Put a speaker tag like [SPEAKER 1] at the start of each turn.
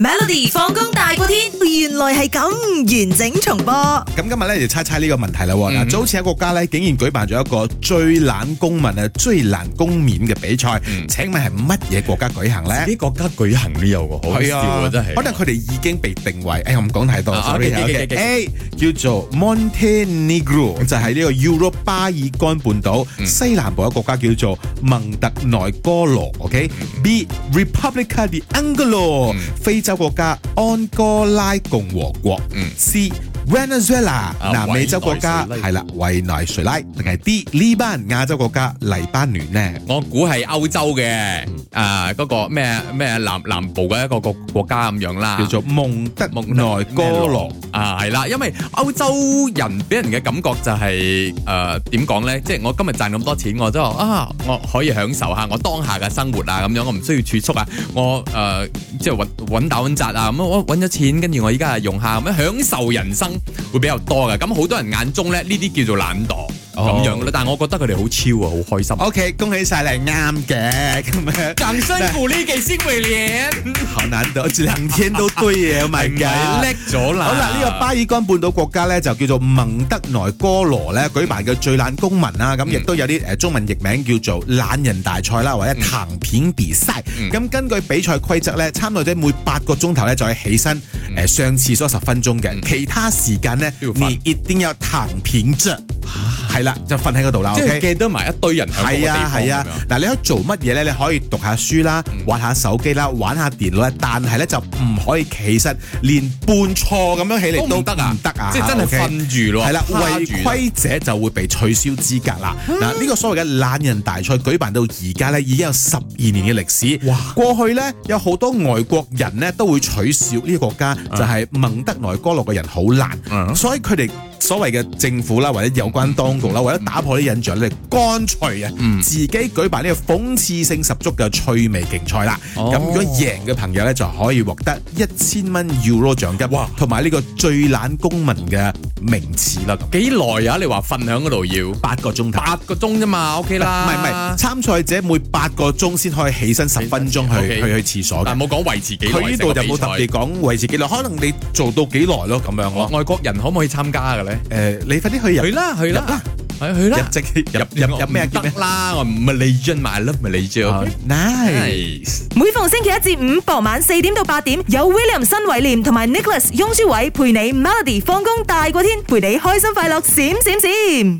[SPEAKER 1] Melody 放工大過天，原來係咁完整重播。
[SPEAKER 2] 咁今日咧就猜猜呢個問題啦喎。嗱、早前一個國家咧竟然舉辦咗一個最懶公民啊、最懶公民嘅比賽，請問係乜嘢國家舉行咧？
[SPEAKER 3] 啲國家舉行都有喎，好笑啊真係。
[SPEAKER 2] 可能佢哋已經被定為，哎呀，我唔講太多
[SPEAKER 3] 啊
[SPEAKER 2] ，sorry 啊
[SPEAKER 3] OK，OK，OK，OK
[SPEAKER 2] OK，A 叫做
[SPEAKER 3] 嗯
[SPEAKER 2] Montenegro，就係呢個 Euro 巴爾干半島西南部一個國家叫做蒙特內哥羅，OK，B
[SPEAKER 3] 嗯
[SPEAKER 2] Republica di Anglo，非洲國家安哥拉共和國，C Venezuela
[SPEAKER 3] 嗯啊
[SPEAKER 2] 南美洲國家
[SPEAKER 3] 委內瑞拉
[SPEAKER 2] 係啦，委內瑞拉定係 D 呢班亞洲國家黎巴嫩呢？
[SPEAKER 3] 我估係歐洲嘅，啊嗰個咩咩南南部嘅一個國國家咁樣啦，
[SPEAKER 2] 叫做蒙特內哥羅。
[SPEAKER 3] 啊，係啦，因為歐洲人俾人嘅感覺就係誒點講咧，即係我今日賺咁多錢，我都話啊，我可以享受下我當下嘅生活啊，咁樣我唔需要儲蓄啊，我誒、呃即係揾揾打揾扎啊，咁我揾咗錢，跟住我依家係用下咁樣享受人生會比較多嘅，咁好多人眼中咧呢啲叫做懶惰
[SPEAKER 2] 哦
[SPEAKER 3] 咁樣嘅啦，但係我覺得佢哋好超啊，好開心。
[SPEAKER 2] OK，恭喜晒你係啱嘅，咁樣
[SPEAKER 3] 掌聲鼓勵給新偉廉，
[SPEAKER 2] 好難得，兩天都對嘅，Oh my
[SPEAKER 3] 係
[SPEAKER 2] god！
[SPEAKER 3] 叻咗啦！
[SPEAKER 2] 好啦，呢、個巴爾干半島國家咧就叫做蒙德內哥羅咧舉辦嘅最懶公民啦，咁亦都有啲誒中文譯名叫做懶人大賽啦，或者藤片比賽。
[SPEAKER 3] 嗯
[SPEAKER 2] 咁、根據比賽規則咧，參賽者每八個鐘頭咧就係起身誒、上廁所十分鐘嘅，其他時間咧
[SPEAKER 3] 都要瞓
[SPEAKER 2] 你一定要躺平着，係啦、就瞓喺嗰度啦。
[SPEAKER 3] 即
[SPEAKER 2] OK
[SPEAKER 3] 係記得埋一堆人喺嗰
[SPEAKER 2] 係
[SPEAKER 3] 個地
[SPEAKER 2] 啊
[SPEAKER 3] 方
[SPEAKER 2] 係啊
[SPEAKER 3] 咁樣，
[SPEAKER 2] 嗱你可以做乜嘢咧？你可以讀下書啦，
[SPEAKER 3] 嗯
[SPEAKER 2] 玩下手機啦，玩下電腦啦，但係咧就唔可以企身，連半坐咁樣起嚟
[SPEAKER 3] 都
[SPEAKER 2] 都
[SPEAKER 3] 唔得啊
[SPEAKER 2] 唔得啊！
[SPEAKER 3] 即係真係
[SPEAKER 2] OK
[SPEAKER 3] 瞓住咯啊
[SPEAKER 2] 係啦，
[SPEAKER 3] 趴住
[SPEAKER 2] 違規者就會被取消資格啦。嗱，呢個所謂嘅懶人大賽舉辦到而家咧，已經有十二年嘅歷史。
[SPEAKER 3] 哇！
[SPEAKER 2] 過去咧有好多外國人咧都會取笑呢個國家，
[SPEAKER 3] 啊
[SPEAKER 2] 就係蒙德內哥羅嘅人好懶，
[SPEAKER 3] 嗯
[SPEAKER 2] 所以佢哋。所謂嘅政府啦，或者有關當局啦，為咗打破啲印象咧，乾脆啊，
[SPEAKER 3] 嗯
[SPEAKER 2] 自己舉辦呢個諷刺性十足嘅趣味競賽啦。
[SPEAKER 3] 哦
[SPEAKER 2] 咁如果贏嘅朋友咧，就可以獲得一千蚊 Euro 獎金，哇
[SPEAKER 3] 哇！
[SPEAKER 2] 同埋呢個最懶公民嘅名次啦。咁
[SPEAKER 3] 幾耐啊？你話瞓喺嗰度要
[SPEAKER 2] 八個鐘頭，
[SPEAKER 3] 八個鐘啫嘛，OK 啦。
[SPEAKER 2] 唔係唔係，，參賽者每八個鐘先可以起身十分鐘去
[SPEAKER 3] OK
[SPEAKER 2] 去去廁所嘅
[SPEAKER 3] 但。冇講維持幾耐。
[SPEAKER 2] 佢呢度就冇特別
[SPEAKER 3] 別。
[SPEAKER 2] 講維持幾耐，可能你做到幾耐咯咁樣咯。
[SPEAKER 3] 外國人可唔可以參加嘅咧？
[SPEAKER 2] 誒、你快啲去入
[SPEAKER 3] 去啦去
[SPEAKER 2] 入啦
[SPEAKER 3] 啦，係去
[SPEAKER 2] 入
[SPEAKER 3] 啦。
[SPEAKER 2] 籍入入入咩啊叫
[SPEAKER 3] 得
[SPEAKER 2] 咩
[SPEAKER 3] 啦，我 Malaysian，I love Malaysia。
[SPEAKER 2] ？Nice。
[SPEAKER 3] Nice
[SPEAKER 1] 每逢星期一至五傍晚四點到八點，有 William 新偉廉同埋 Nicholas 雍舒偉陪你 Melody 放工大過天，陪你開心快樂閃閃閃。